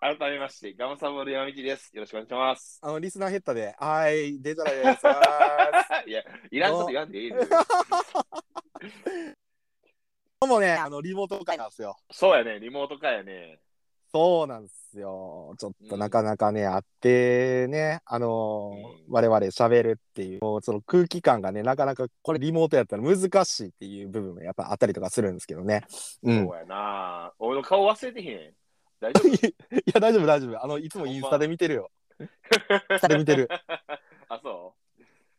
改めまして、ガムサボール山道です。よろしくお願いします。あの、リスナーヘッダで、はい、出たら です。いや、いらんこと言わんでいいです。でもね、あの、リモート会なんですよ。そうやね、リモートかやね。そうなんですよ。ちょっうとんなかなかね、あってね、あのーうん我々喋るっていう、もうその空気感がね、なかなかこれリモートやったら難しいっていう部分もやっぱあったりとかするんですけどね。うん。いそうやな。俺の顔忘れてへん。大丈夫や、大丈夫、大丈夫。あの、いつもインスタで見て るよ。インスタで見てる。あ、そ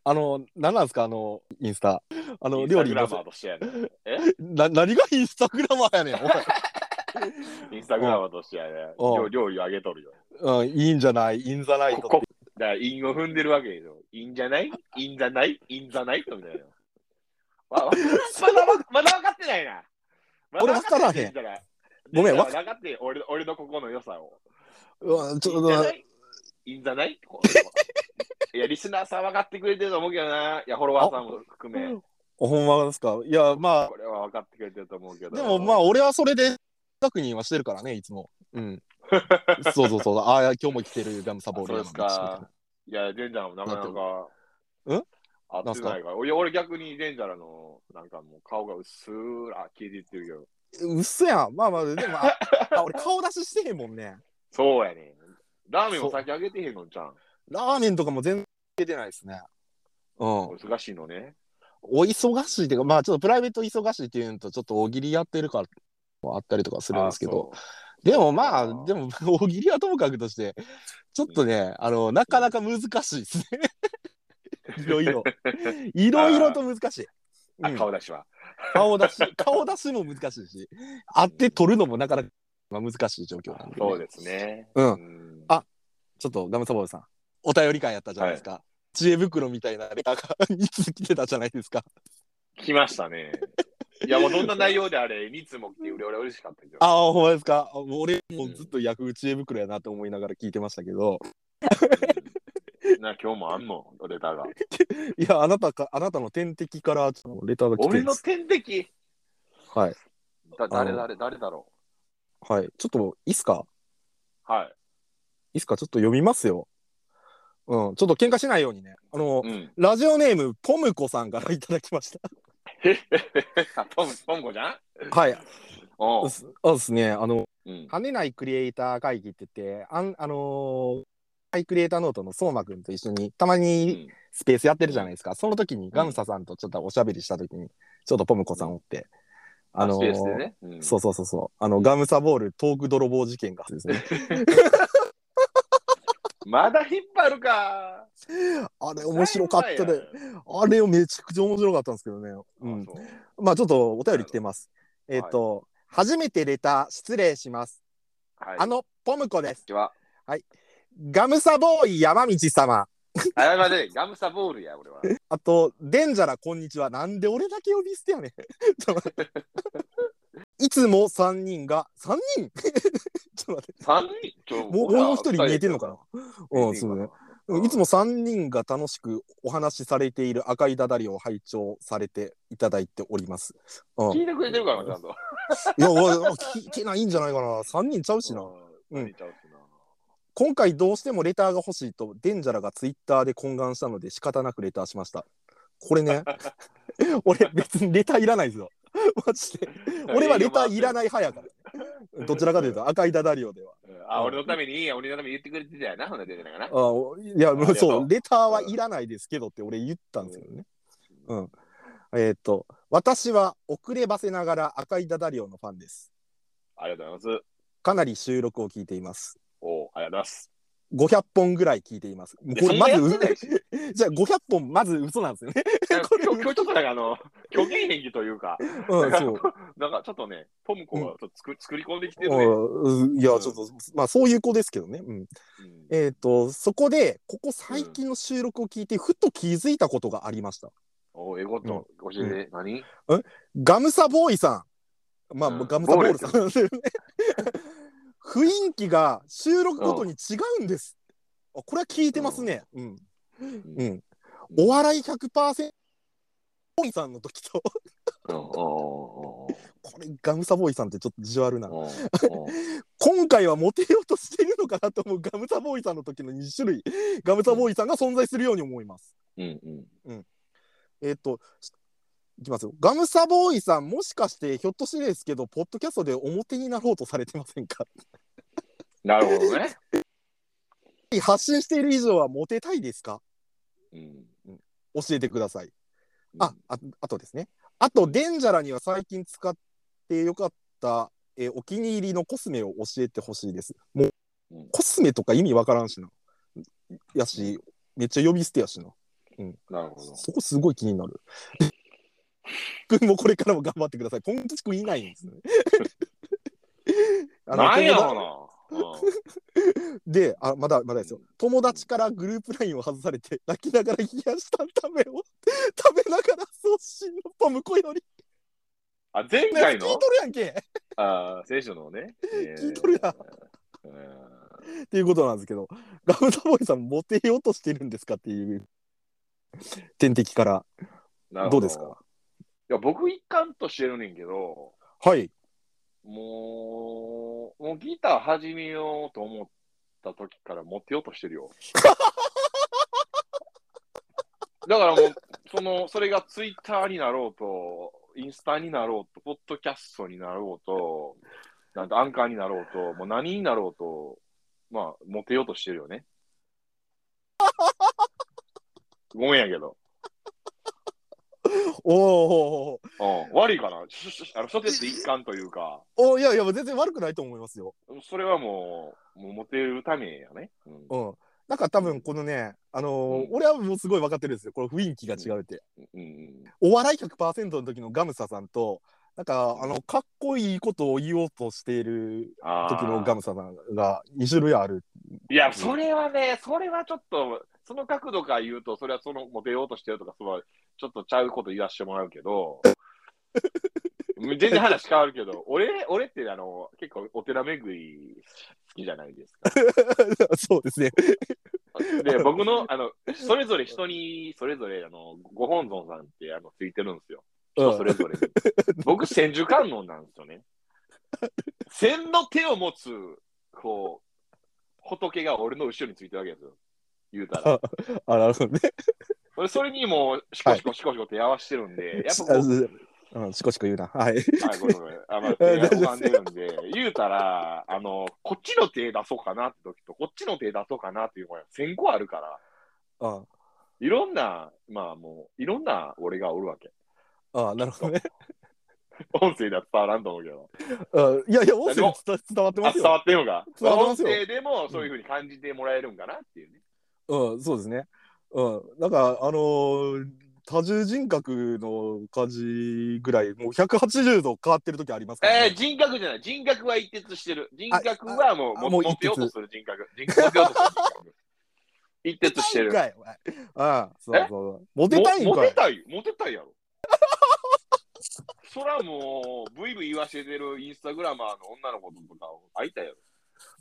あの、何なんですか、あの、インスタ。あうの、インスタ料グ理ラのマーとしてやね。えな、何がインスタグラマーやねん、お前。インスタグラマーとしてやね。うん料料理をあげとるよ。うん、いいんじゃない、いいんじゃないとここだから、韻を踏んでるわけでしょ。韻じゃない韻じゃない韻じゃないみたいな。わわまだわまだ分かってないな。まだ俺分からへ分んかっていごめん分わかってない俺の俺のここの良さを。うん、ち韻ょっじゃとな、い韻じゃないこういや、リスナーさん分かってくれてると思うけどな。いや、フォロワーさんも含め、ほんまですか。いや、まこれは分かってくれてると思うけあ、ど。でもまあ、俺はそれで確認はしてるからね、いつも。 うん。そうそうそう。ああ、今日も来てるガムサボールそうですか山口みたいないや、デンジャーもなかなか。うん合ってないから。いや、俺逆にデンジャーの、なんかもう顔がうっすら消えていってるけど。うっそやん。まあまあ、でも、ああ俺顔出ししてへんもんね。そうやね。ラーメンも先あげてへんのじゃん。ラーメンとかも全然出てないですね。うんお。忙しいのね。お忙しいっていうか、まあちょっとプライベート忙しいっていうのと、ちょっと大喜利やってるから、あったりとかするんですけど。あ。そでもまああ、ーでも 大喜利はともかくとして、ちょっとね、あの、なかなか難しいですね。 いろ いろ。いろいろと難しい。うあうん顔出しは。顔出し、顔出しも難しいし、会って取るのもなかなかまあ難しい状況なんで、そうですね。うんんあちょっとガムサボールさん、お便り会やったじゃないですか。知恵袋みたいなレターが いつ来てたじゃないですか。来ましたね。いや、もうどんな内容であれ、2つも来て、俺、俺嬉しかったけど。ああ、ほんまですか。あもう俺もずっとヤフー知恵袋やなと思いながら聞いてましたけど、うんな、今日もあんの、レターが。いや、あなたか、あなたの天敵からちょっとレターが来て俺るんでのす。天敵はい。だあ誰、の誰、誰だろはい。ちょっと、いいっすかう。はいいっすかちょっと読みますよ。うん、ちょっと喧嘩しないようにね。あの、。うん。ラジオネーム、ポムコさんからいただきました。あ トム、トムコちゃん はい。おうすあですね、あの、うん。跳ねないクリエイター会議って言って、あん、あのーハイクリエイターノートの相馬くんと一緒に、たまうにんスペースやってるじゃないですか。その時にガムサさんとちょっとおしゃべりした時に、ちょっとポムコさんおって、あのスーペースでね。うんそうそうそうそう、あの、ガムサボールトーク泥棒事件がで すね。まだ引っ張るか。あれ面白かっただいでぶ、前やねあれをめちゃくちゃ面白かったんですけどね。うんあ。そうまあちょっとお便り来てます。なえるっ、ほと、初めてレター失礼します。はい。あの、ポムコです。では、ガムサボーイ山道様。あれまで、ガムサボールや、俺は。あと、デンジャラこんにちは。なんで俺だけ呼び捨てやねん。 ちょっと待って。いつも3人が、3人ちょっと待って。三人ちょもうもう一人見えてんのかなうん、そうね。うんいつも。も3人が楽しくお話しされている赤いダダリを拝聴されていただいております。うん。聞いいてくれてるからな、ちゃんと。や、おい聞いてないんじゃないかな。3人ちゃうしな。うんうん見ちゃうしな今回どうしてもレターが欲しいとデンジャラがツイッターで懇願したので仕方なくレターしましたこれ ね俺別にレターいらないですよマジで俺はレターいらない派やからどちらかというと赤いダダリオではうんあ、俺のために、俺のために言ってくれてたやな、ほんな出てないかな。あおいやりがとうそうレターはいらないですけどって俺言ったんですけどねうんえーっと私は遅ればせながら赤いダダリオのファンですありがとうございます。かなり収録を聞いていますおうありがとうございます。 500本ぐらい聞いていますいやこれまずそんなやってないしじゃあ500本まず嘘なんですよねなんかこれ 今日今日ちょっとなんかあの、虚言癖というか、うん、そう。なんかちょっとね、ポムコがちょっと作作り込んできてるね。うんいや、ちょっと、まあ、そういう子ですけどね。うん、うんえっ、と、そこで、ここ最近の収録を聞いて、ふと気づいたことがありました。おうええこと、教えて、何ガムサボーイさん。まあ、うんガムサボールさんなんですよね。雰囲気が収録ごとに違うんです。あこれは聞いてますね。うん。うん。お笑い100%ボーイさんの時とうんうんうんうんこれガムサボーイさんってちょっとビジュアルなうんうん今回はモテようとしてるのかなと思うガムサボーイさんの時の2種類ガムサボーイさんが存在するように思いますうんうんえっ、といきますよガムサボーイさんもしかしてひょっとしてですけどポッドキャストで表になろうとされてませんかなるほどね。発信している以上はモテたいですかうん教えてくださいあ、ああとですね。あと、デンジャラには最近使ってよかった、えーお気に入りのコスメを教えてほしいです。もううん、コスメとか意味わからんしな。やし、めっちゃ呼び捨てやしな。なるほど。そこすごい気になる。君もこれからも頑張ってください。ポンコツ君いないんです ね。あのなんや友ろ達うな。で、あ、まだまだですよ。友達からグループラインを外されて、泣きながら冷やしたためを食べながら送信のポムコよりあ、前ね聞回いとのるやんけあー聖書のね。聞いとるやんうん。っていうことなんですけど、ガムタボーイさん、モテようとしてるんですかっていう天敵から、なるほどうですかいや、僕一貫としてるねんけど、はい、もう、もうギター始めようと思った時から持ってようとしてるよ。だからもう、その、それがツイッターになろうと、インスタになろうと、ポッドキャストになろうと、なんてアンカーになろうと、もう何になろうと、まあ、モテようとしてるよね。ごめんやけど。おーおーうん、悪いかな。ししあの、諸説一貫というか。おーおーいやいや、全然悪くないと思いますよ。それはもう、もうモテるためやね。うんうん。なんか多分このね、あのーうん俺はもうすごい分かってるんですよ、この雰囲気が違うって。うんお笑い100%の時のガムサさんと、なんかあの、かっこいいことを言おうとしているあー時のガムサさんが2種類ある。 いや、それはね、それはちょっと、その角度から言うと、それはそのモテようとしてるとか、そのちょっとちゃうこと言わしてもらうけ ど、全然話変わるけど、俺俺ってあの結構お寺巡り好きじゃないですか。そうですね。 で、僕のあのそれぞれ人にそれぞれあのご本尊さんってあのついてるんですよ。うん人それ ぞれに。僕、千手観音なんですよね。千の手を持つ、こう、仏が俺の後ろについてるわけですよ。言うたら。あ、なるほどね。俺、それにもう、シコシコシコシコってやわしてるんで、 やっぱこう、あうん、しこしこ言うな。はい。あ、ごめんごめん。あ、まあ、手が拝んでるんで、言うたら、あの、こっちの手出そうかなって時と、こっちの手出そうかなっていうのが1000個あるから、あいろんな、まあもう、いろんな俺がおるわけ。 あ、なるほどね。音声では伝わらんと思うけど。うんいやいや、音声に伝伝わってあ、ます伝よ。わってるのか。伝わってますよ音声でもそういうふうに感じてもらえるんかなっていうね。うん、そうですね。うん、なんか、あのー多重人格の感じぐらい、もう180度変わってる時ありますから、えー、ね。人格じゃない。人格は一徹してる。人格はもう、あももうう、持一って徹ようとする人格。人格持ってようとする人格。一徹してる。モテたいんかいおいああ、そうそうそう。モテたいんもモかテいたい。モテたいやろ。 そらもう、ブイブイ言わしてるインスタグラマーの女の子とか会いたいやろ。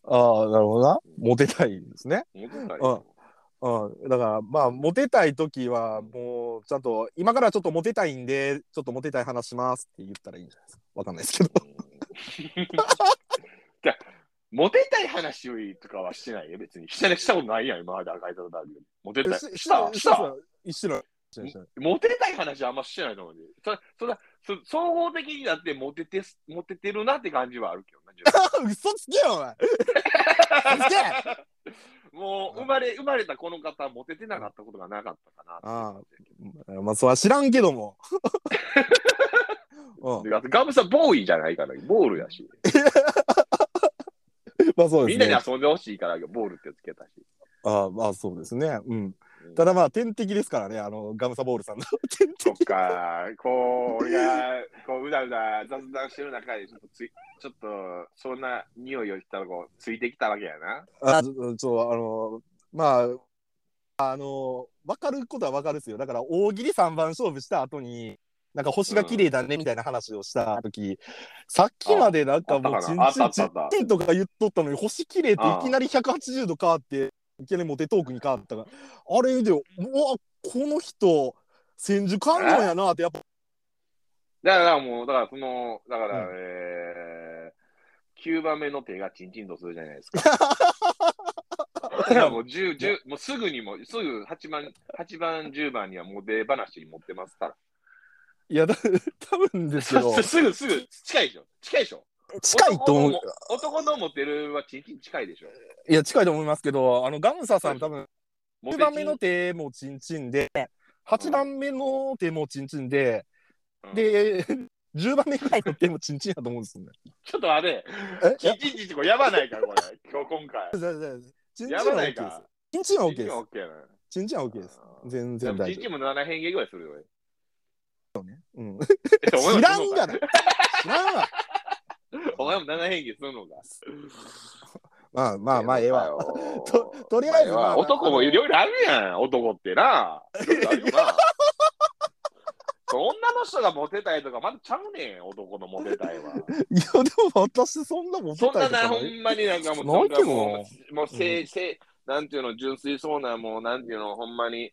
ああ、なるほどな。モテたいですね。モテたいやろ。うん、だからまあモテたい時はもうちゃんと今からちょっとモテたいんでちょっとモテたい話しますって言ったらいいんじゃないですかわかんない ですけどうんじゃあモテたい話とかはしてないよ、別に。したねしたことないやん、今まで赤いただモテたい。ししたしした一緒の一緒の一緒のモテたい話はあんましてないと思うで。そそらそ総合的になってモテてすモテてるなって感じはあるけどな自 分嘘つけよお前嘘つけ もう生まれ生まれたこの方はモテてなかったことがなかったかなって感じまあそれは知らんけども うであとガムさんボーイじゃないから、ボールやし。ん、まあそうみですんなにね。遊んでほしいから、ボールってつけたし。ああまあそうですね。うん。うんただまあ天敵ですからね、あのガムサボールさんの 天そっ敵。か、こう、俺が、こう、うだうだ雑談してる中で、ちょっとつい、ちょっと、そんな匂いをしたら、こう、ついてきたわけやな。あそうあのまああの分かることは分かるですよ。だから大喜利三番勝負した後に。なんか星が綺麗だねみたいな話をした時、さっきまでなんかもあったうかチンなチンあチったあったあったンとか言っとったのに星綺麗っていきなり180度変わっていきなりモテトークに変わったからあれでもうわこの人千手観音やなって、やっぱ、だからもう、だからその、だから、うえー、9番目の手がチンチンとするじゃないです か。だからもう10、10もうすぐにも、すぐ8番、8番、10番にはもう出話に持ってますから。いや、だ多分ですけど、すぐ、すぐ、近いでしょ。近いでしょ。近いと思う。男の。男の持ってるはチンチン近いでしょ。いや、近いと思いますけど、あの、ガムサさん多分、モ9テ番目チンの手もチンチンで、8番目の手もチンチンで、うんで、10番目ぐらいの手もチンチンやと思うんですよね。ちょっとあれ、えいチやンチンチンってこれやばないから、これ。今日、今回。チンチンやはばない OK でかす。。チンチンチンは OK チンですは。OK やな。チンチンは OK です。全で然も大チン丈チンも7変形ぐらいするよ。俺夫。うんえお前も 知らんすがな。知らんわ。んのかお前も7変形するのか。まあまあまあ、ええわ。よ ととりあえずままあ男もいろいろあるやん、男って な。いろいろあるよな女の人がモテたいとか、まだちゃうねん、男のモテたいは。いや、でも私そんなもんそんな答えな、たこほといんまになんかもう、ないけどなもう、もうせいせいなんていうの、純粋そうな、もう、なんていうの、ほんまに、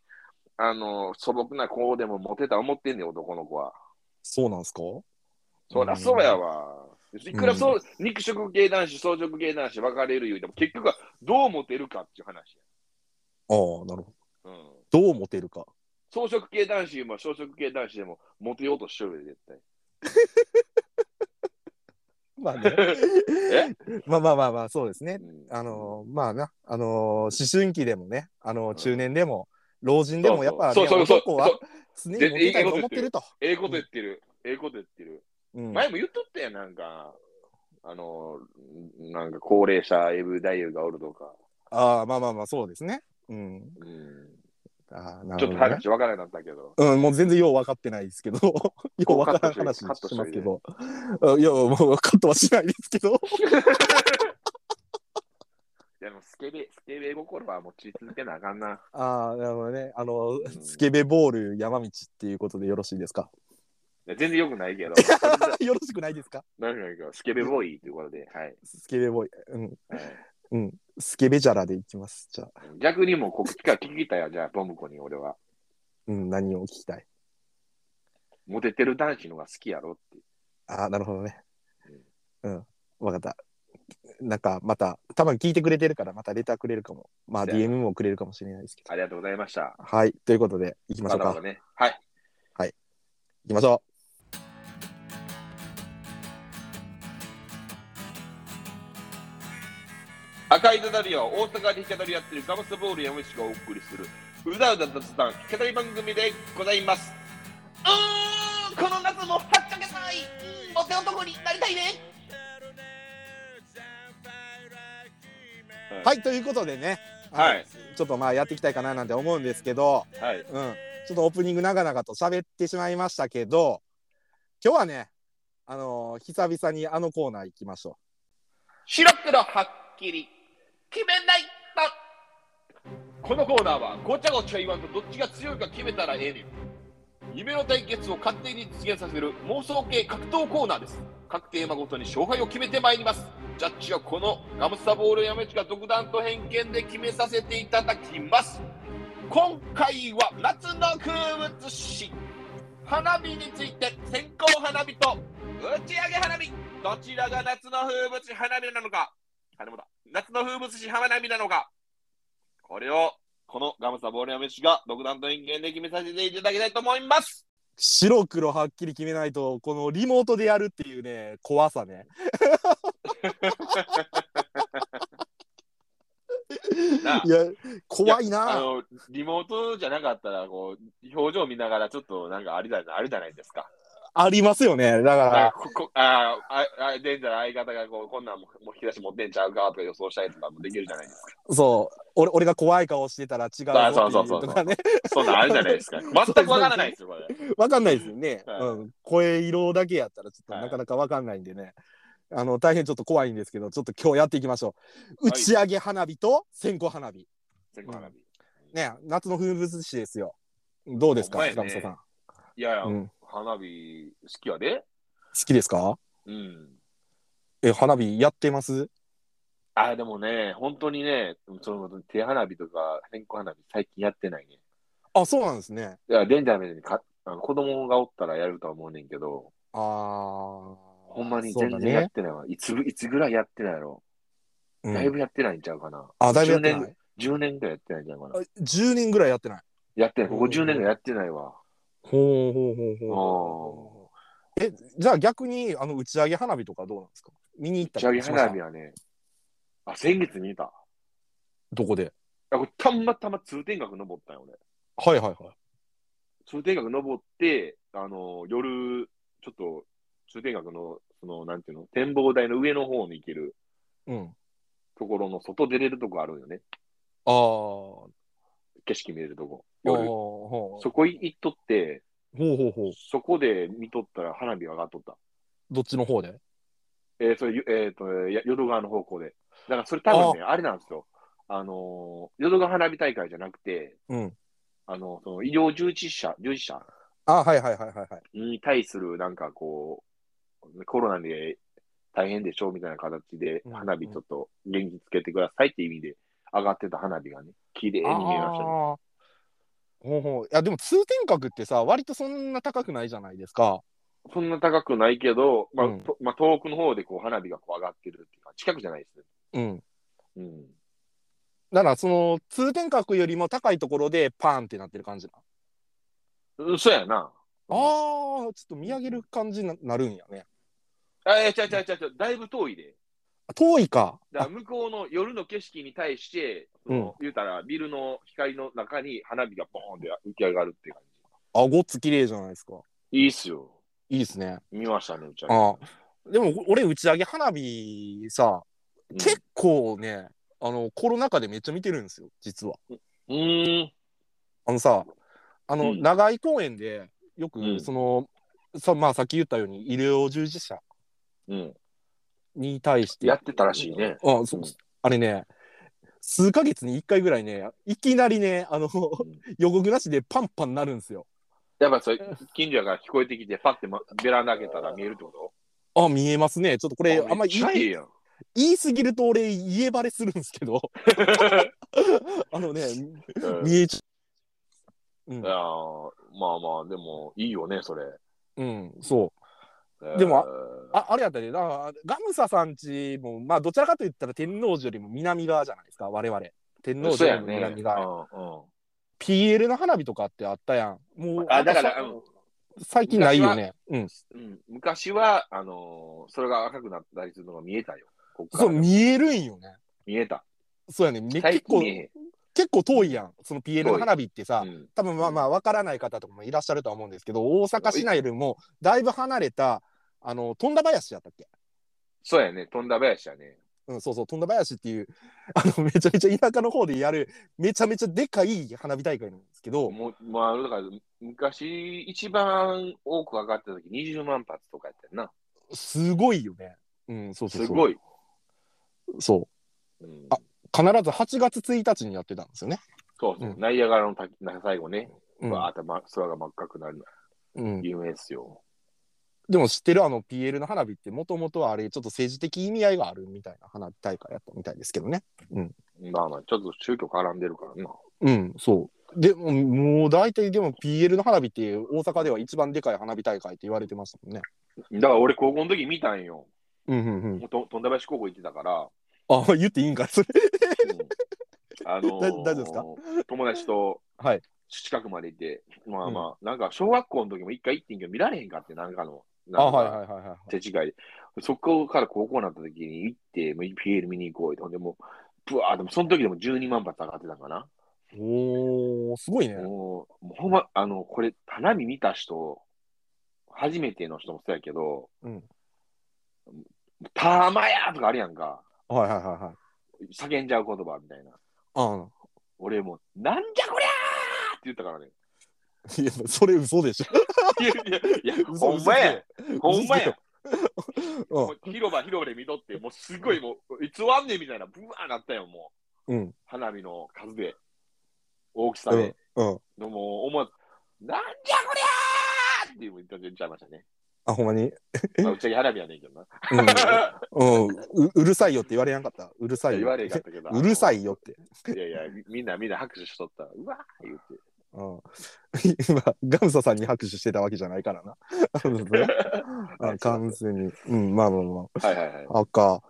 あの、素朴な子でもモテた思ってんねん、男の子は。そうなんすかそりゃそうやわ。いくらそう、肉食系男子、草食系男子分かれる言うても、結局はどうモテるかっていう話ああ、なるほや。うん。ど。どうモテるか。草食系男子も小食系男子でもモテようとしとるで、絶対。ま あね。まあまあまあまあ、そうですね。あのーまあな、あのー思春期でもね、あのー中年でも、老人でも、やっぱ、ね、そうそうそう男は常にモテたいと思ってると。ええこと言ってる。ええこと言ってる。うん、前も言っとったやん、なんか。あのー、なんか高齢者 AV 大夫がおるとか。ああ、まあまあまあ、そうですね。うん。うん、ああ、なちょっとるほど、ね。話分からなくなったけど。うん、もう全然よう分かってないですけど、よう分からん話しカットしといてますけど、うんいや、もうカットはしないです けど、いや、でもスケベ、スケベ心は持ち続けなあかんな。ああ、なるほどね、あのん、スケベボール山道っていうことでよろしいですかいや全然よく ないけど。 よろしくないですかなんかなんかスケベボーイということで、はい。スケベボーイ、うん、はいうん、スケベジャラでいきます、じゃあ。逆にもう告知から聞きたいよ、じゃあ、ボム子に俺は。うん、何を聞きたいモテてる男子のが好きやろって。ああ、なるほどね。うん、わかった。なんか、また、多分聞いてくれてるから、またレターくれるかも。まあ、そうや DM もくれるかもしれないですけど。ありがとうございました。はい、ということで、行きましょうか。まだまだね。はい。行きましょ赤いダダリは大阪で弾き語りやってるガムスボール山口がお送りするうだうだ雑談弾き語り番組でございますうーんこの夏もはっちゃけたいうんモテ男になりたいねう。はい、ということでね。はい。ちょっとまあやっていきたいかななんて思うんですけど、はいうん、ちょっとオープニング長々と喋ってしまいましたけど今日はね、あのー久々にあのコーナー行きましょ白黒はっきり決めないとこのコーナーはごちゃごちゃ言わんとどっちが強いか決めたらええねん夢の対決を勝手に実現させる妄想系格闘コーナーです各テーマごとに勝敗を決めてまいりますジャッジはこのガムスタボールやめちが独断と偏見で決めさせていただきます今回は夏の風物詩花火について線香花火と打ち上げ花火どちらが夏の風物詩花火なのか花火だ夏の風物詩花火なのかこれをこのガムサボールやめしが独断と人間で決めさせていただきたいと思いますう白黒はっきり決めないとこのリモートでやるっていうね怖さねなあいや怖いなあのリモートじゃなかったらこう表情見ながらちょっとなんかありだありじゃないですかありますよねだからあここあああデンジャー相方がこうこんなんももう引き出し持ってんちゃうかとか予想したりとかもできるじゃないですかそう俺俺が怖い顔してたら違うぞあそうってそそういううそうとかねそんなんあるじゃないですか全くわからないですよこれわかんないですよね、はいうん、声色だけやったらちょっとはいなかなかわかんないんでね、あの大変ちょっと怖いんですけどちょっと今日やっていきましょう打はいち上げ花火と線香花火線香花火ね夏の風物詩ですよどうですかほんまやね塚本さん、いやいや、うん、好花火好きやできですかうんえ花火やってますあ、でもね、本当にね、その手花火とか、線香花火、最近やってないね。あ、そうなんですね。いや、デンジャーメンにかあの子供がおったらやるとは思うねんけど、あー。ほんまにそう全だ然やっね。てないわ。いつぶいつぐらいやってないやろ。うんだいぶやってないんちゃうかな。あ、だいぶやって10ない年。10年ぐらいやってないんちゃうかな。あ10年ぐらいやってない。やってない。ここうんうんう10ん年ぐらいやってないわ。ほうほうほうほう。え、じゃあ逆に、あの、打ち上げ花火とかどうなんですか見に行っ打たち上りげしまし花た火はね、あ、先月見た。いどこでやこれたまたま通天閣登ったんよ、俺。はいはいはい。通天閣登って、あの夜、ちょっと、通天閣の、その、なんていうの、展望台の上の方に行けるうん。ところの外出れるとこあるよね。あー。景色見れるとこ。あー夜。ほうそこい行っとって、ほうほう。そこで見とったら花火上がっとった。どっちの方でえー、それ、ゆえっ、と、や淀川の方向で。だからそれ多分ね、あれなんですよ。あのー淀川花火大会じゃなくて、うん。あの、その医療従事者、従事者あ、はいはいはいはいはい。に対する、なんかこう、コロナで大変でしょみたいな形でう、ん花火ちょっと元気つけてくださいっていう意味で上がってた花火がね、綺麗に見えましたね。あーほうほういやでも通天閣ってさ割とそんな高くないじゃないですかそんな高くないけど、まあ、うんとまあ、遠くの方でこう花火がこう上がってるっていうか、近くじゃないですね。うんうん。だからその通天閣よりも高いところでパーンってなってる感じなうんそうやな。あーちょっと見上げる感じにななるんやねあ、いや、ちゃうちゃうちゃうちゃう、だいぶ遠いで。遠いかだから向こうの夜の景色に対して、その言うたらビルの光の中に花火がボーンって浮き上がるって感あごっつ綺麗じゃないですかじ。いいっすよ。いいですね見ましたね、うちは。あーでも俺打ち上げ花火さ、うん結構ねあのコロナ禍でめっちゃ見てるんですよ実はうーん。あのさ、あの、うん長井公園で、よく、うんその、さ、まあ、さっき言ったように、医療従事者うん。に対して。やってたらしいね。あ、そううんあれね、数ヶ月に一回ぐらいね、いきなりね、あの、 予告なしでパンパンなるんですよ。やっぱそれ、近所が聞こえてきて、パッて、ま、ベランダ開けたら見えるってことあ、見えますね。ちょっとこれ、あんまめっりちゃいい言いやん。言いすぎると俺、家バレするんです けど、あのね、うん見えちうんあ、ーまあまあ、でも、いいよね、それ。うん、そう。えーでも、ああれやったね、だからガムサさんちも、まあ、どちらかといったら天王寺よりも南側じゃないですか、我々。天王そうや寺よりもね。南側や。うんうん PL の花火とかってあったやん。もう、あだからさうん最近ないよね。うん。うん、昔は、あのーそれが赤くなったりするのが見えたよ。こっからそう、見えるんよね。見えた。そうやね。め最結近構見、え結構遠いやん。その PL の花火ってへさん。う、ん多分まあまあ、わからない方とかもいらっしゃるとは思うんですけど、大阪市内よりも、だいぶ離れた、あの、富田林やったっけそうやね、富田林やね。うん、そうそう、富田林っていう、 あの、めちゃめちゃ田舎の方でやる、めちゃめちゃでかい花火大会なんですけど、もう、まあ、だから、昔、一番多く上がった時20万発とかやったよな。すごいよね。うん、そうそうそすう。ごい。い。そうう。ん、あ必ず8月1日にやってたんですよね。そうそう、うんナイアガラの滝、な最後ね、うんわーって、ま、空が真っ赤くなるの、うん、有名ですよ。でも知ってるあの PL の花火ってもともとはあれちょっと政治的意味合いがあるみたいな花火大会やったみたいですけどね。まあまあ、ちょっと宗教絡んでるからな。うん、そう。でももう大体でも PL の花火って大阪では一番でかい花火大会って言われてましたもんね。だから俺、高校の時見たんよ。うんうんうん。もうと富田林高校行ってた から、あ、言っていいんかいそれ。うんあのーだ大丈夫ですか友達とはい。近くまで行って、まあまあ、なんか小学校の時も一回行ってんけど、見られへんかって、なんかの、 あ、なんかはいはいはいはい。手違いで、そこから高校になった時に行って、もう PL 見に行こうって、ほんでもう、ぶわーでもその時でも12万発上がってたかな。おー、すごいね。もう、もうほんま、あの、これ、花火見た人、初めての人もそうやけど、うんたまやとかあるやんか、はいはいはいはい。叫んじゃう言葉みたいな。あ俺もう、なんじゃこりゃーって言ったから ね。いや、それ嘘でしょ。いやいや、いや、 嘘ほんまや。。ほんまや。うもう広場広場で見とって、もうすごいもう、いつ終わんねんみたいな、ブワーなったよ、もう。ん。うん。花火の数で、大きさうんで。。うん。でも、思わず、なんじゃこりゃーって言っちゃいましたね。あ、ほんまに。まあ、うちは花火やねんけどな。うん。うん。ううるさいよって言われやんかった。うるさいよ。言われへんかったけど。うるさい。いよって。いやいや、みんなみんな拍手しとった。うわー言って。うん、 今ガムサさんに拍手してたわけじゃないからな。 あのねあ完全に。うん、まあまあまはいはいはい。あ。赤。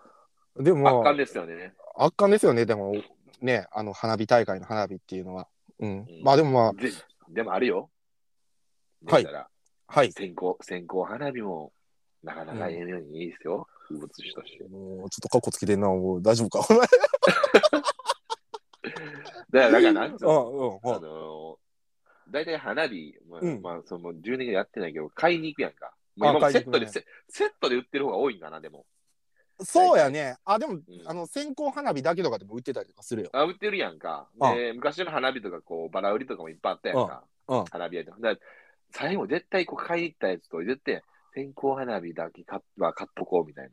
でも、ま圧あ、巻ですよね。圧巻ですよね、でも、ね、あの、花火大会の花火っていうのは。うん。んまあでもまあ、ででもあるよ。はいだからはい。線香、線香花火も、なかなかええようにいいですよ。風物詩として。もうちょっとカッコつけてんな、もう大丈夫か。だから、だからなんつうあの、 うんあはのいー大体花火、まあ、うんまあ、その10年やってないけど、買いに行くやんか。まあ、今も買いセッに行くトで、ねセセットで売ってる方が多いんかな、でも。そうやね。あ、でもう、んあの、線香花火だけとかでも売ってたりとかするよ。あ売ってるやんか。で、昔の花火とか、こう、バラ売りとかもいっぱいあったやんか。うんうん花火屋とか。だから最後、絶対こう、買いに行ったやつと、絶対、線香花火だけ買っ,、まあ、買っとこうみたい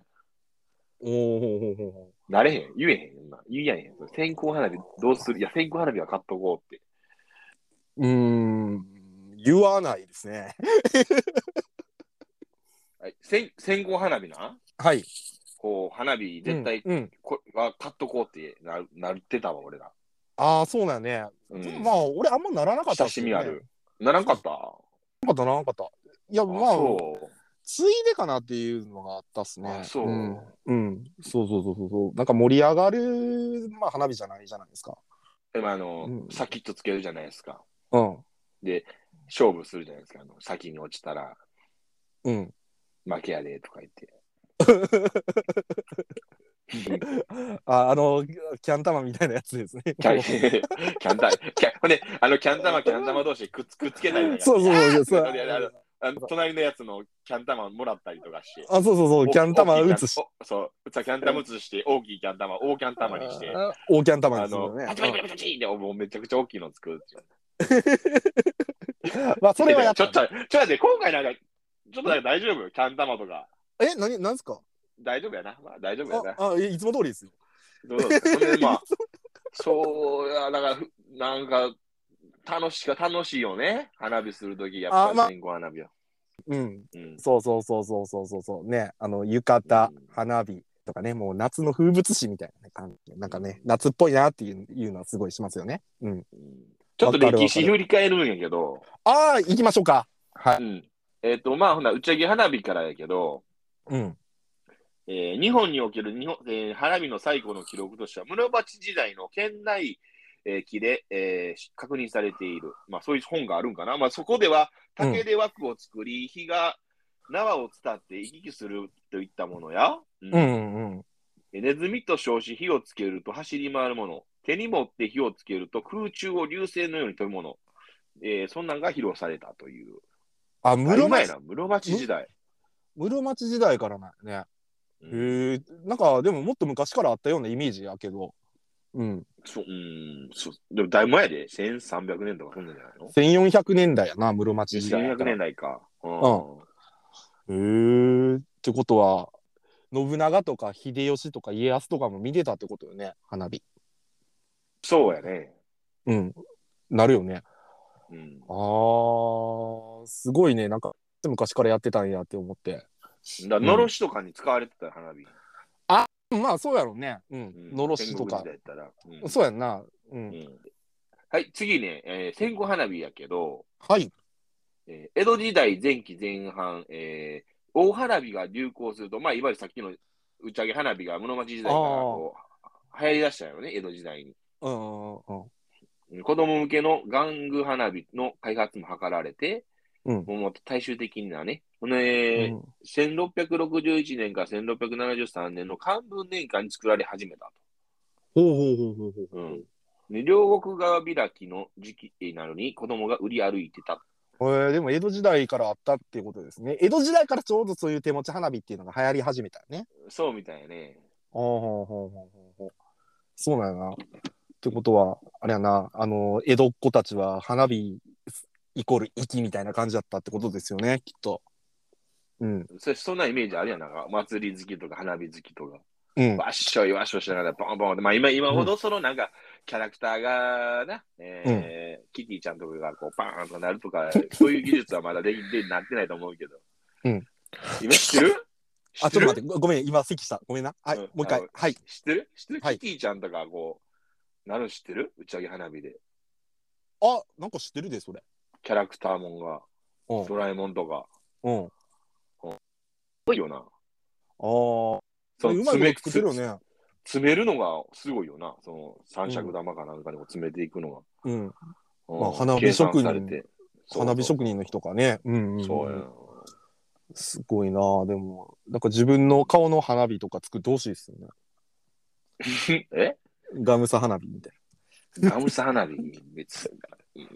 おおほうほうほうほな。なれへん。言えへんよな。言いやんへん。線香花火どうするいや、線香花火は買っとこうって。う。うーん、言わないですね。 はい、線線香花火な。はい。こう、花火絶対うん。うんこは買っとこうってなるなってたわ、俺ら。ああ、そうなんやね。うん、まあ、俺あんまならなかったっ親すしよね、みある。ならんかった。ならなかった、ならなかった。いや、まあ、あ、そう。ついでかなっていうのがあったっすね。。あそうんうん。そうそうそうそうそう。なんか盛り上がる、まあ、花火じゃないじゃないですか。でもあの、うんサキッとつけるじゃないですか。うん。で、勝負するじゃないですか。あの先に落ちたらうん。負けやでとか言って。あ、あの、キャン玉みたいなやつですね。キャンキャンタキャンほんであのキャン玉、キャン玉同士くっつくっつけたりとか。そうそうそうそうあーってあのあの隣のやつのキャン玉もらったりとかして。あ、そうそうそう、キャン玉大きい打つしキャン。おそう、キャン玉打つして、大きいキャン玉、大キャン玉にして。あ大キャン玉あですよの、ねパ。チパチパチパチパチでもうめちゃくちゃ大きいの作るっていう。まあ、それはやっちょたっ。と、ちょっと待って、今回なんか、ちょっとなんか大丈夫キャン玉とか。え、何、何すか大丈夫やな。まあ、大丈夫やな。ああ、えいつも通りですよ。どうだったそれで まあ、そうや、だから、ふなんか、楽しか、楽しいよね。花火するとき、やっぱありまあ線香花火は。うん。うん。そうそうそうそうそうそうそう。ね、あの、浴衣うん、花火とかね、もう夏の風物詩みたいな感じ。なんかね、夏っぽいなっていういうのはすごいしますよね。うん。ちょっとわかる歴わか史る振り返るんやけど、ああ、行きましょうか。はうい。ん。えっ、と、まあ、ほな、打ち上げ花火からやけど、うん。えー日本における日本、えー花火の最古の記録としては、室町時代の県内、えー記で、えーし確認されている、まあ、そういう本があるんかな、まあ、そこではうん竹で枠を作り、火が縄を伝って行き来するといったものや、うんうんうん。えーネズミと称し火をつけると走り回るもの、手に持って火をつけると空中を流星のように飛ぶもの、えーそんなんが披露されたという。あ、あ室今や町な、、室町時代。室町時代からなんやね。うんへえ、なんかでももっと昔からあったようなイメージやけど。うん。そう、うん、そう、でもだいぶ前やで、1300年とかそんなんじゃないの1400年代やな、室町時代や1400から。年代か。うんんへえ。ってことは、信長とか秀吉とか家康とかも見てたってことよね、花火。そうやね。うん。なるよね。うんあー、すごいね。なんか、昔からやってたんやって思って。だからのろしとかに使われてたよ花火。まあ、そうやろうね。うんうん。のろしと戦か国時。代やったら。うんそうやんな。うん。うんはい、次ね、えー戦後花火やけど、はい。えー江戸時代前期前半、えー大花火が流行すると、まあ、いわゆるさっきの打ち上げ花火が室町時代からこう流行りだしたよね、江戸時代に。うんうんうん。子供向けの玩具花火の開発も図られて、うんもう大衆的なね、このねうん1661年から1673年の漢文年間に作られ始めたほうほうほうほうほう。と。うんで両国側開きの時期なのに子供が売り歩いてた。えー、でも江戸時代からあったっていうことですね。江戸時代からちょうどそういう手持ち花火っていうのが流行り始めたよね。そうみたいね。ほうほうほうほうほうほうそうなんやな。ってことは、あれやな、あの、江戸っ子たちは花火イコール息みたいな感じだったってことですよね、きっと。うん。それそんなイメージあるやん。なんか祭り好きとか花火好きとか。うん。わっしょいわっしょいしながらボンボンって。まあ今、今ほどそのなんかキャラクターがな、えーキティちゃんとかがこうバーンとなるとか、そういう技術はまだでき てなってないと思うけど。うん今知ってるあ、ちょっと待って、ごごめん、今、席した。ごめんな。はい、うんもう一回あの。はい。知ってる知ってる、はいキティちゃんとかこう、なるの知ってる打ち上げ花火で。ああ、なんか知ってるで、それ。キャラクターもんが、うん。ドラえもんとか。うん。あすごいよな。あー。それうまいこと作ってるよね。詰めるのがすごいよな。その三尺玉かなんかにこう詰めていくのが。うん。うんまあ花火計算職人されてそう花火職人の人かね。うん、うん。そうやな。すごいなあでも、なんか自分の顔の花火とか作ってほしいですよね。 えガムサ花火みたいガムサ花火別に。う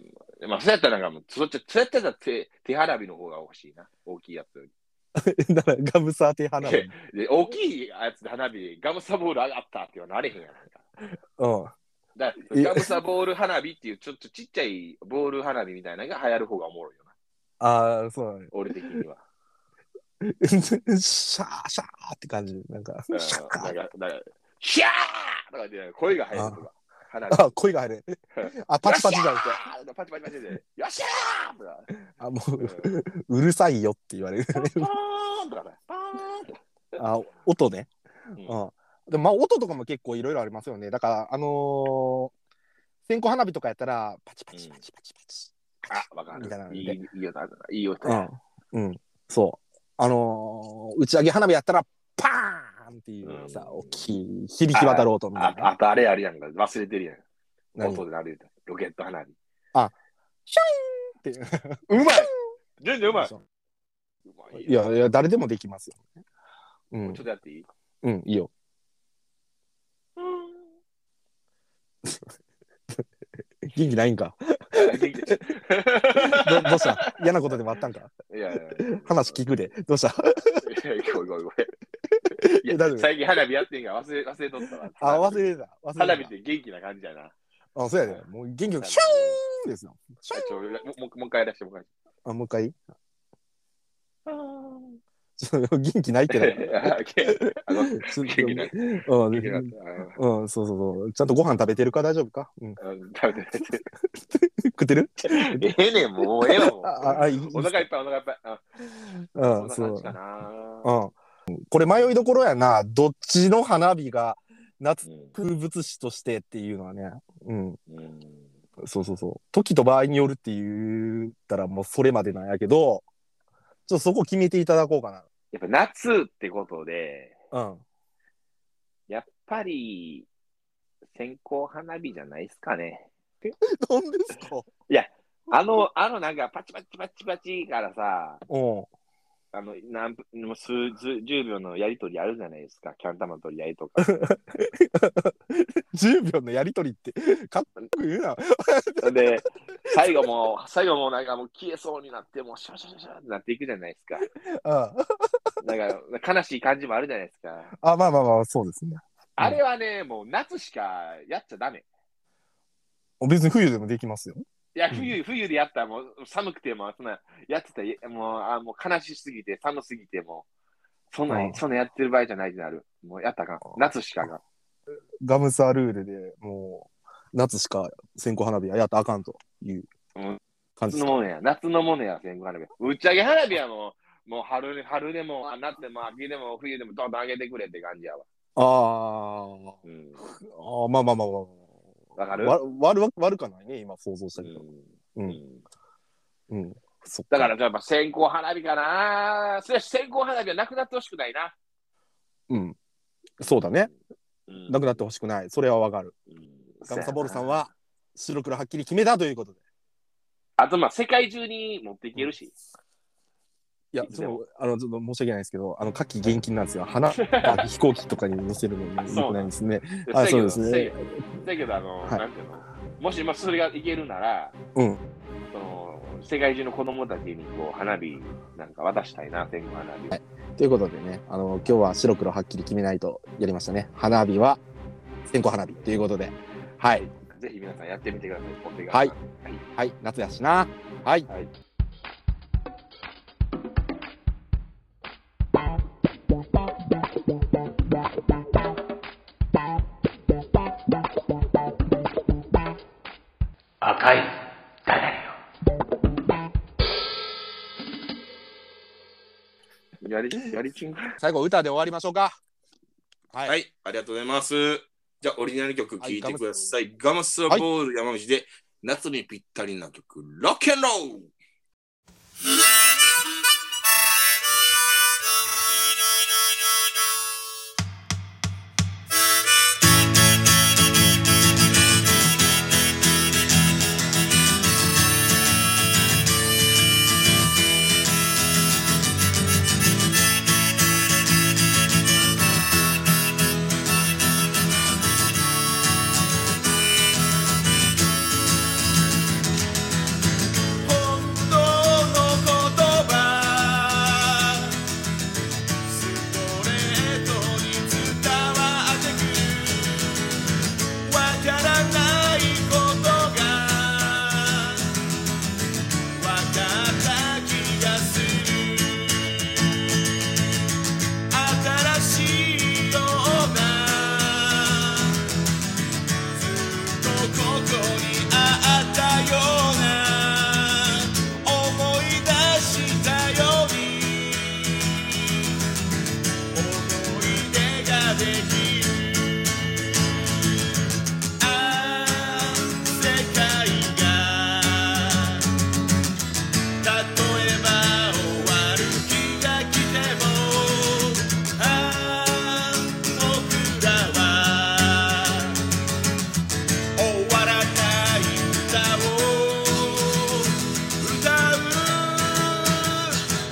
んまあ、そうやったらなんかもう、そっち、そうやったら手、手花火の方が欲しいな。大きいやつより。な。 だからガムサ手花火。で、大きいやつで花火、ガムサボール上がったってはなれへんやん。うん。だからガムサボール花火っていう、ちょっとちっちゃいボール花火みたいなのが流行る方がおもろいよな。ああ、そうだね。 俺的には。シャーシャーって感じ。なんか、うんシャカなーんか、なんか、ヒャーとかで声が入るとか。花火。あ、声が 入る。あ、パチパチじゃん。ん。パチパチパチで。よっしゃーとか。あ、もう、うんうるさいよって言われる。パーンとかね。パーンとか。あ、音ね。うんうん。でもまあ、音とかも結構いろいろありますよね。だから、あのー、線香花火とかやったら、パチパチパチパチパチ。あ、わかみたいなる。いのでい、いい音あるな。いい音うや。ん。うん。そう。あのー打ち上げ花火やったら、パーンっていうさ、うん大きい響き渡ろうとみたあいなあ。とあれやるやんか。忘れてるやん。何音で鳴るやつロケット花火。シャインって。うまい全然うまい。うまいいやいや、誰でもできますよ。うもうんちょっ。とやっていいうん、いいよ。 元気ないんか。どどうした嫌なことでもあったんか いやいや話聞くで。どうしたいや、ごめんごめんごめん。いえ大や、丈夫最近花火やってんが忘れ忘れとったわ。あ、忘れてた。忘れてた。花火って元気な感じやな。あ、そうやで。もう元気よく、シャーンですよ。シャーンちょもももう一回やらしてもらあ、もう一回ちょ元気ないってな。元ちょっと気ない。う元気ないん、うん、そうそうそう。ちゃんとご飯食べてるか大丈夫かうん。あの食べて 食ってるええねん、もうええわ。もうあああいいお腹いっぱい、お腹いっぱい。あそうんん、なそ感うじ。かな。うん。これ迷いどころやな。どっちの花火が夏うん風物詩としてっていうのはね。うん。うんそうそうそう。時と場合によるって言ったらもうそれまでなんやけど、ちょっとそこ決めていただこうかやっぱ夏ってことで、な。うん。やっぱり線香花火じゃないですかね。なんですかあの、あのなんかパチパチパチパチからさ、うん。あの、何分、もう数、数十秒のやりとりあるじゃないですか。キャン玉取り合いとか。 10秒のやりとりって、かっこいいな。で、最後も、最後もなんかもう消えそうになって、もうシャシャシャシャってなっていくじゃないですか。あなんか悲しい感じもあるじゃないですか。あ、まあまあまあ、そうですね。あれはね、もう夏しかやっちゃダメ。別に冬でもできますよ。いや、冬、冬でやったらもう寒くても、そんな、やってたら、もう、あもう悲しすぎて、寒すぎても、そんなうんん、そんなんやってる場合じゃないってなる。もうやったらあかん。夏しかあかん。ガムサルールでもう、夏しか線香花火はやったらあかんといううん感夏じですのか。ものや、夏のものや、線香花火。打ち上げ花火はもう、もう春で、春でも、あ夏でも、秋でも、冬でも、どんどん上げてくれって感じやわ。あーうん。あー、まあまあまあまあまあ。わかるわ悪わ悪かないね、今想像したけど。ううんんうんうん。そっだから、やっぱ線香花火かな。それ線香花火はなくなってほしくないな。うん。そうだね。うんなくなってほしくない。それはわかる。うんガムサボールさんは、白黒はっきり決めたということで。あとまあ世界中に持っていけるし。いや、いつちでもょっと、あの、ちょっと申し訳ないですけど、あの、夏季厳禁なんですよ。花が飛行機とかに乗せるのに良くないんですね。あそうですねだけどだけど、あの、はいなんていうの、もしまあそれがいけるなら、うんその世界中の子供たちにこう花火なんか渡したいな、天狗花火。ということでね、あの、今日は白黒はっきり決めないとやりましたね。花火は、線香花火ということで。はい。ぜひ皆さんやってみてください、お手軽はいなはい、夏やしな。はい。はい。赤いダダよ。やり、やりちんか。最後、歌で終わりましょうか。はい。はい、ありがとうございます。じゃあ、オリジナル曲聴いてください。ガムスはいボール山道で、夏にぴったりな曲、ロッケンロール本当の言葉ストレートに伝わってくわからないことがわかった気がする新しいようなずっとここにあったような思い出したように思い出ができるああ世界が例えば終わる日が来てもああ僕らは終わらない歌を歌う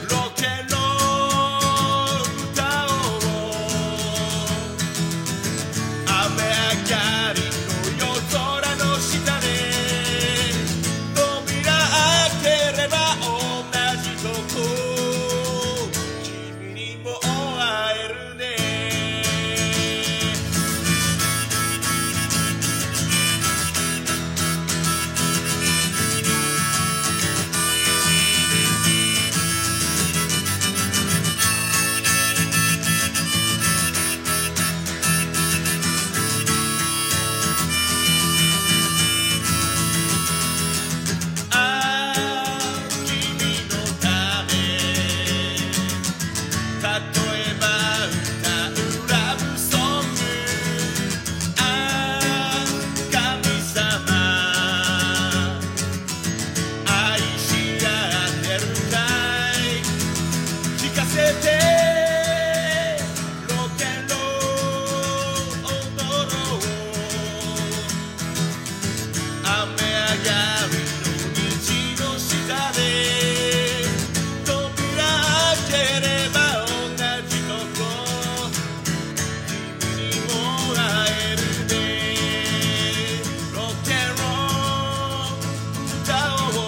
ロケの歌を雨上がりの夜空の下で扉開ければ同じとこ君にも会えるね「ああ君のため」「たとえば歌うラブソング」「ああ神様」「愛し合ってるかい」「聞かせて」「ロケンロー踊ろう」雨上がりの虹の下で扉開ければ同じとこ君にも会えるねロケンロール歌おう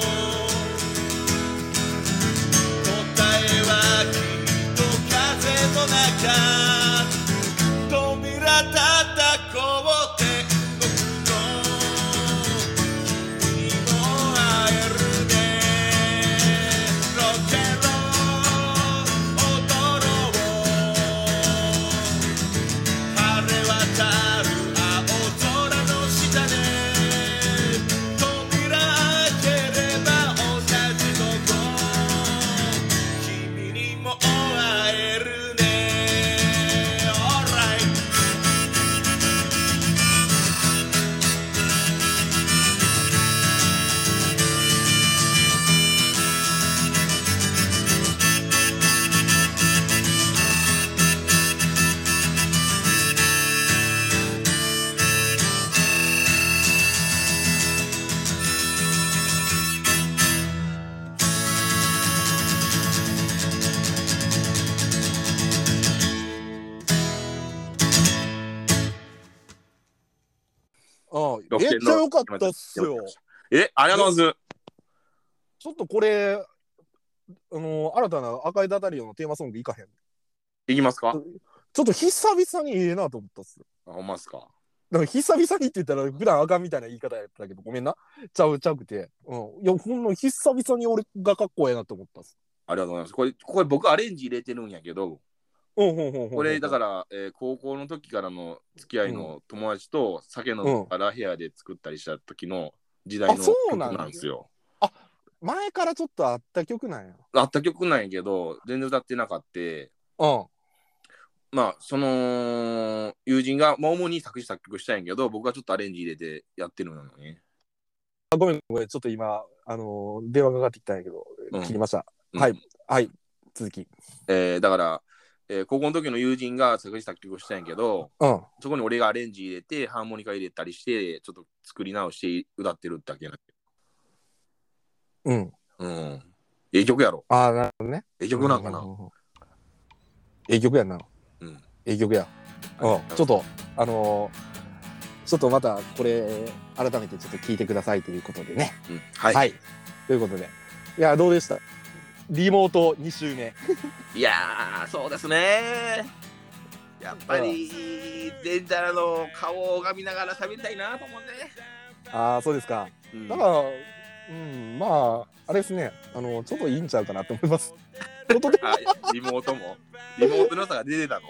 答えはきっと風の中扉叩こう天国の君にも会えるねロケロ踊ろう晴れ渡る青空の下で扉開ければ同じとこ君にも会えるね Alright ああロッめケンローっルちゃ良かったっすよ。え、ありがとうございます。ちょっとこれ、あの新たな赤いダタリオのテーマソングいかへん。いきますかちょっと久々にええなと思ったっすよ。あほんまっすかなんか久々にって言ったら普段あかんみたいな言い方やったけど、ごめんな。ちゃうちゃうくて。うん。いや、ほんの久々に俺がかっこええなと思ったっす。ありがとうございます。これ、これ僕アレンジ入れてるんやけど、うん、うん、うん。、これだからら、えー高校の時からの付き合いの友達と酒飲むから部屋で作ったりした時の時代あのそう曲なんやなんですよ。前からちょっとあった曲なんや。あった曲なんやけど、全然歌ってなかって、うん。まあ、その友人が、まあ、主に作詞作曲したんやけど、僕はちょっとアレンジ入れてやってるのね。あごめんごめん、ちょっと今、あのー電話かかってきたんやけどうん、切りました。うんはい、はい、続き。えーだから、えー高校の時の友人が作詞作曲したんやけど、うん。そこに俺がアレンジ入れて、ハーモニカ入れたりして、ちょっと作り直して歌ってるってだけやなうん。うん。ええ曲やろ。ああ、なるほどね。ええ曲なんかな。う。ええ曲やんな。うん。ええ曲や。うん。ちょっと、あのーちょっとまたこれ、改めてちょっと聞いてくださいということでね。うんはい。はい。ということで。いや、どうでしたリモート2週目。いやー、そうですね。やっぱり、デンジャラの顔を拝みながら喋りたいなと思うああ、そうですか。ね。 だから、うん、まあ、あれですね。あの、ちょっといいんちゃうかなと思います。 ということで、あリモートも。リモートの良さが出てたの。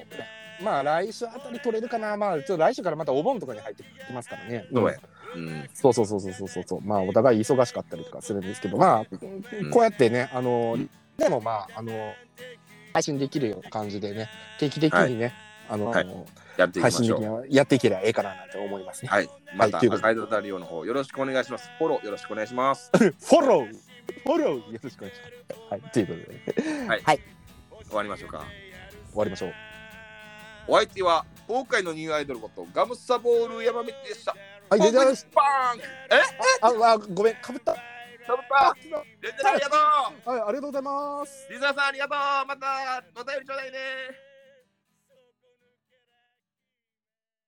まあ、来週あたり取れるかな。まあ、ちょっと来週からまたお盆とかに入ってきますからね。そうやうん。そうそうそうそうそうそうそう。まあ、お互い忙しかったりとかするんですけど、まあ、こうやってね、あの、でもまあ、あの、配信できるような感じでね、定期的にね、あの、はいやっていきま配信し的ょうに。はやっていければええかななんて思いますね。はい。また、はいはといいうことでイドダリオの方、よろしくお願いします。フォローよろしくお願いします。フォローフォローよろしくお願いします。はい、ということで、終わりましょうか。終わりましょう。お相手は、今回のニューアイドルこと、ガムサボール山道でした。はい、デジャラです。バーンあ、あ、ごめん、かぶった。サブパーデンジャラありがとうはい、ありがとうございます。リザさんありがとうまたお便りちょうだいね